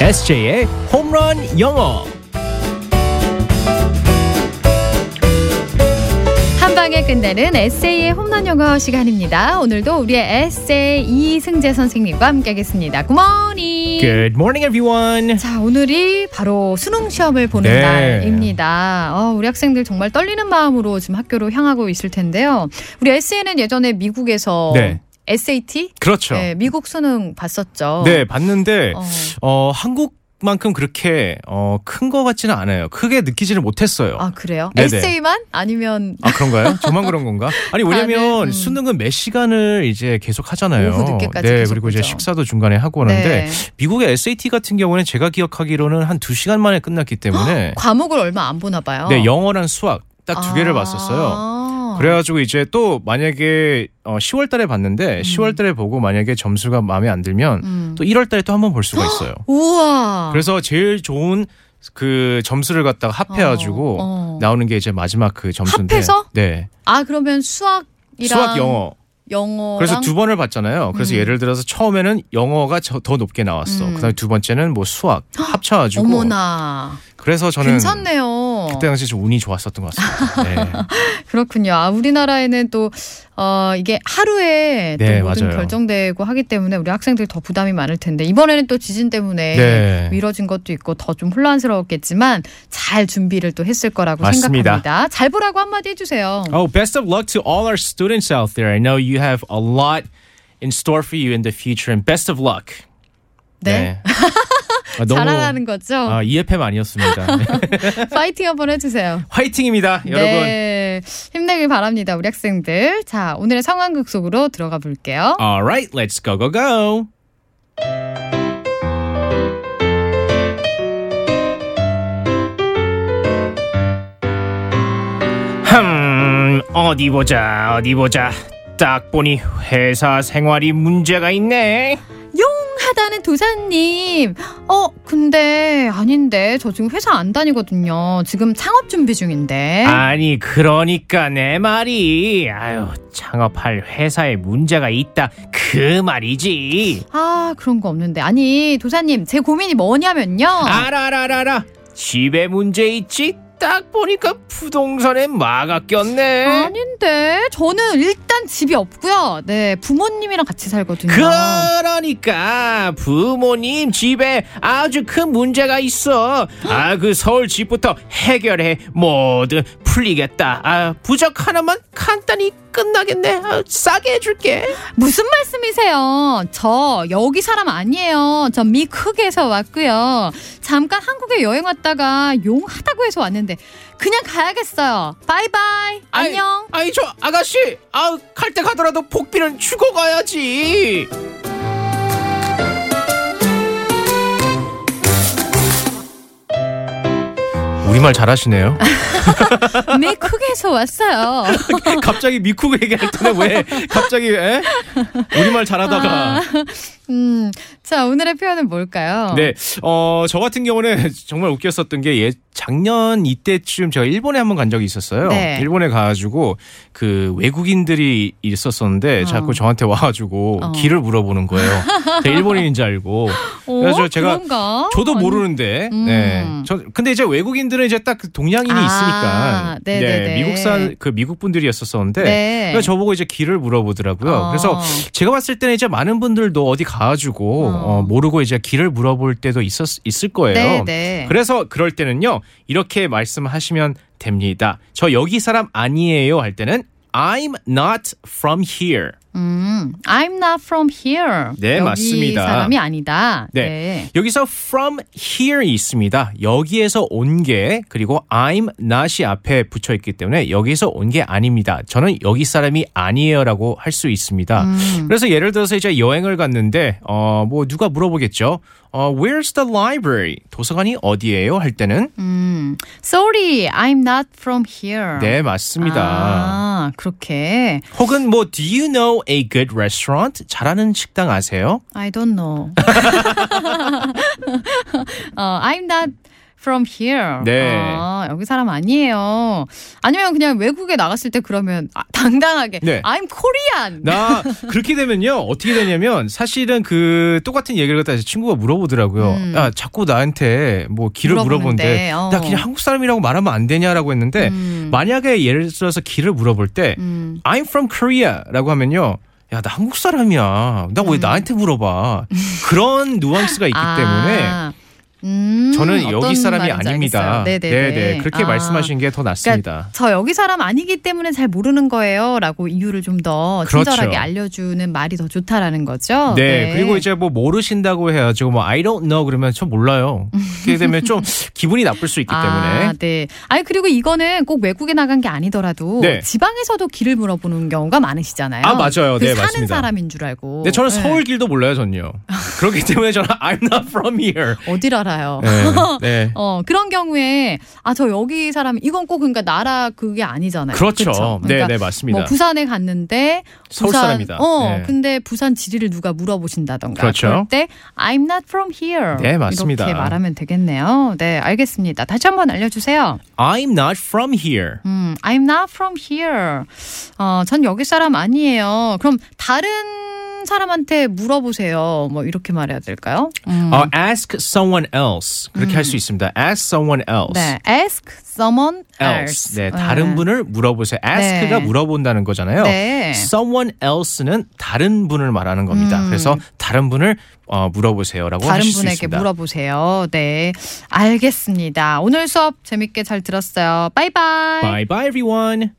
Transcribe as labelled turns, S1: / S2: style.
S1: SJ의 홈런 영어.
S2: 한방에 끝내는 에세이의 홈런 영어 시간입니다. 오늘도 우리의 에세이 이승재 선생님과 함께하겠습니다. 굿모닝.
S1: Good morning, everyone.
S2: 자, 오늘이 바로 수능 시험을 보는
S1: 네.
S2: 날입니다. 어, 우리 학생들 정말 떨리는 마음으로 지금 학교로 향하고 있을 텐데요. 우리 에세이는 예전에 미국에서
S3: 네.
S2: SAT,
S3: 그렇죠.
S2: 네,
S3: 네,
S2: 미국 수능 봤었죠.
S3: 봤는데
S2: 어,
S3: 어, 한국만큼 그렇게 어, 큰 것 같지는 않아요. 크게 느끼지는 못했어요.
S2: 아 그래요?
S3: 네네.
S2: 에세이만 아니면
S3: 아, 그런가요? 저만 그런 건가? 아니
S2: 다들,
S3: 왜냐면
S2: 음.
S3: 수능은 몇 시간을 이제 계속 하잖아요.
S2: 오후 늦게까지
S3: 네,
S2: 계속
S3: 그리고 이제
S2: 보죠.
S3: 식사도 중간에 하고 하는데
S2: 네,
S3: 네. 미국의 SAT 같은 경우는 제가 기억하기로는 한 두 시간 만에 끝났기 때문에
S2: 과목을 얼마 안 보나 봐요.
S3: 네 영어랑 수학 딱 두 개를
S2: 아.
S3: 봤었어요. 그래가지고 이제 또 만약에 어, 10월달에 봤는데 10월달에 보고 만약에 점수가 마음에 안 들면
S2: 음. 아.
S3: 또 1월달에 또 한 번 볼 수가 있어요.
S2: 우와.
S3: 그래서 제일 좋은 그 점수를 갖다가 합해가지고
S2: 어, 어.
S3: 나오는 게 이제 마지막 그 점수인데.
S2: 합해서?
S3: 네.
S2: 아 그러면 수학이랑
S3: 수학 영어.
S2: 영어랑
S3: 그래서 두 번을 봤잖아요. 그래서
S2: 음.
S3: 예를 들어서 처음에는 영어가 저- 더 높게 나왔어.
S2: 음.
S3: 그다음에 두 번째는 뭐 수학 합쳐가지고.
S2: 어머나
S3: 그래서 저는
S2: 괜찮네요.
S3: 그때 당시 좀 운이 좋았었던 것 같습니다. 네.
S2: 그렇군요. 아 우리나라에는 또 어, 이게 하루에
S3: 네,
S2: 또 모든
S3: 맞아요.
S2: 결정되고 하기 때문에 우리 학생들 더 부담이 많을 텐데 이번에는 또 지진 때문에
S3: 네.
S2: 미뤄진 것도 있고 더 좀 혼란스러웠겠지만 잘 준비를 또 했을 거라고
S3: 맞습니다. 아,
S2: 생각합니다. 잘 보라고 한마디 해주세요.
S1: Oh, best of luck to all our students out there. I know you have a lot in store for you in the future, and best of luck.
S2: 네.
S1: 아, 너무
S2: 잘하라는 거죠.
S1: 아, EFM 아니었습니다. 네.
S2: 파이팅 한번 해주세요.
S1: 화이팅입니다, 여러분.
S2: 네. 힘내길 바랍니다, 우리 학생들. 자, 오늘의 상황극 속으로 들어가 볼게요.
S1: All right, let's go, go, go. 흠, 어디 보자, 어디 보자. 딱 보니 회사 생활이 문제가 있네.
S2: 하다는 도사님. 어, 근데 아닌데. 저 지금 회사 안 다니거든요. 지금 창업 준비 중인데.
S1: 아니, 그러니까 내 말이. 아유, 창업할 회사에 문제가 있다. 그 말이지.
S2: 아, 그런 거 없는데. 아니, 도사님, 제 고민이 뭐냐면요.
S1: 알아 알아 알아 알아 집에 문제 있지 딱 보니까 부동산에 마가
S2: 뭐.
S1: 꼈네
S2: 아닌데. 저는 일단 집이 없고요. 네, 부모님이랑 같이 살거든요.
S1: 그러니까 부모님 집에 아주 큰 문제가 있어 아 그 서울 집부터 해결해 뭐든 풀리겠다 아 부적 하나만 간단히 끝나겠네 아, 싸게 해줄게
S2: 무슨 말씀이세요? 저 여기 사람 아니에요. 저 미국에서 왔고요. 잠깐 한국에 여행 왔다가 용하다고 해서 왔는데 그냥 가야겠어요. 바이바이.
S1: 아이,
S2: 안녕.
S1: 아이 저 아가씨 아 갈 때 가더라도 복비는 주고 가야지
S3: 우리말 잘하시네요.
S2: 미국에서 왔어요.
S3: 갑자기 미국 얘기할 때는 왜 갑자기 에? 우리말 잘하다가
S2: 음, 자 오늘의 표현은 뭘까요?
S3: 네, 어, 저 같은 경우는 정말 웃겼었던 게 예, 작년 이때쯤 제가 일본에 한번 간 적이 있었어요.
S2: 네.
S3: 일본에 가가지고 그 외국인들이 있었었는데
S2: 어.
S3: 자꾸 저한테 와가지고
S2: 어.
S3: 길을 물어보는 거예요. 제가 일본인인 줄 알고.
S2: 어,
S3: 그래서 제가
S2: 그런가?
S3: 저도
S2: 아니,
S3: 모르는데,
S2: 음.
S3: 네. 저, 근데 이제 외국인들은 이제 딱 그 동양인이
S2: 아,
S3: 있으니까,
S2: 네네네.
S3: 미국산 그 미국 분들이었었는데,
S2: 네.
S3: 그래서 저보고 이제 길을 물어보더라고요.
S2: 어.
S3: 그래서 제가 봤을 때는 이제 많은 분들도 어디 가가지고
S2: 어.
S3: 어, 모르고 이제 길을 물어볼 때도 있었 있을 거예요.
S2: 네, 네.
S3: 그래서 그럴 때는요 이렇게 말씀하시면 됩니다. 저 여기 사람 아니에요 할 때는 I'm not from here.
S2: 음, I'm not from here.
S3: 네,
S2: 여기
S3: 맞습니다.
S2: 사람이 아니다.
S3: 네. 여기서 from here 있습니다. 여기에서 온 게 그리고 I'm not이 앞에 붙여 있기 때문에 여기서 온 게 아닙니다. 저는 여기 사람이 아니에요라고 할 수 있습니다.
S2: 음.
S3: 그래서 예를 들어서 이제 여행을 갔는데 어 뭐 누가 물어보겠죠. 어 where's the library? 도서관이 어디예요? 할 때는
S2: 음, sorry, I'm not from here.
S3: 네, 맞습니다.
S2: 아, 그렇게.
S3: 혹은 뭐 do you know a good restaurant? 잘하는 식당 아세요?
S2: I don't know. 어, I'm not from here.
S3: 네.
S2: 아, 여기 사람 아니에요. 아니면 그냥 외국에 나갔을 때 그러면 아, 당당하게
S3: 네.
S2: I'm Korean.
S3: 나 그렇게 되면요 어떻게 되냐면 사실은 그 똑같은 얘기를 갖다 이제 친구가 물어보더라고요.
S2: 음.
S3: 야 자꾸 나한테 뭐 길을
S2: 물어보는데,
S3: 물어보는데
S2: 어.
S3: 나 그냥 한국 사람이라고 말하면 안 되냐라고 했는데
S2: 음.
S3: 만약에 예를 들어서 길을 물어볼 때
S2: 음.
S3: I'm from Korea라고 하면요. 야, 나 한국 사람이야. 나 왜 나한테 물어봐. 그런 누앙스가 있기 때문에
S2: 음. 아, 음,
S3: 저는
S2: 어떤
S3: 여기 사람이
S2: 말인지
S3: 아닙니다.
S2: 알겠어요. 네네네.
S3: 그렇게
S2: 아,
S3: 말씀하신 게 더 낫습니다.
S2: 그러니까 저 여기 사람 아니기 때문에 잘 모르는 거예요라고 이유를 좀 더
S3: 그렇죠.
S2: 친절하게 알려주는 말이 더 좋다라는 거죠.
S3: 네, 그리고 이제 뭐 모르신다고 해가지고 뭐 I don't know 그러면 저 몰라요. 그렇게 되면 좀 기분이 나쁠 수 있기
S2: 아,
S3: 때문에
S2: 네. 아니 그리고 이거는 꼭 외국에 나간 게 아니더라도
S3: 네.
S2: 지방에서도 길을 물어보는 경우가 많으시잖아요.
S3: 아, 맞아요.
S2: 그
S3: 네,
S2: 사는
S3: 맞습니다.
S2: 사람인 줄 알고.
S3: 네, 저는
S2: 네.
S3: 서울 길도 몰라요, 전요. 그렇기 때문에 저는 I'm not from here.
S2: 어딜 알아요.
S3: 네, 네.
S2: 어 그런 경우에 아 저 여기 사람 이건 꼭 그러니까 나라 그게 아니잖아요.
S3: 그렇죠.
S2: 그쵸?
S3: 네,
S2: 그러니까
S3: 네, 맞습니다.
S2: 뭐 부산에 갔는데
S3: 서울
S2: 부산-
S3: 사람이다.
S2: 어,
S3: 네.
S2: 근데 부산 지리를 누가 물어보신다던가.
S3: 그렇죠.
S2: 럴때 I'm not from here.
S3: 네, 맞습니다.
S2: 이렇게 말하면 되겠네요. 네, 알겠습니다. 다시 한번 알려주세요.
S3: I'm not from here.
S2: 음, I'm not from here. 어, 전 여기 사람 아니에요. 그럼 다른 사람한테 물어보세요. 뭐 이렇게 말해야 될까요? 음,
S3: 어, ask someone else 그렇게 할 수 있습니다. ask someone else.
S2: 네, ask someone else.
S3: 네, 다른 분을 물어보세요. ask가
S2: 네.
S3: 물어본다는 거잖아요.
S2: 네.
S3: someone else는 다른 분을 말하는 겁니다. 그래서 다른 분을 어, 물어보세요라고
S2: 음. 다른
S3: 하실 수
S2: 분에게
S3: 있습니다.
S2: 물어보세요. 네, 알겠습니다. 오늘 수업 재밌게 잘 들었어요. 바이바이.
S3: Bye bye everyone.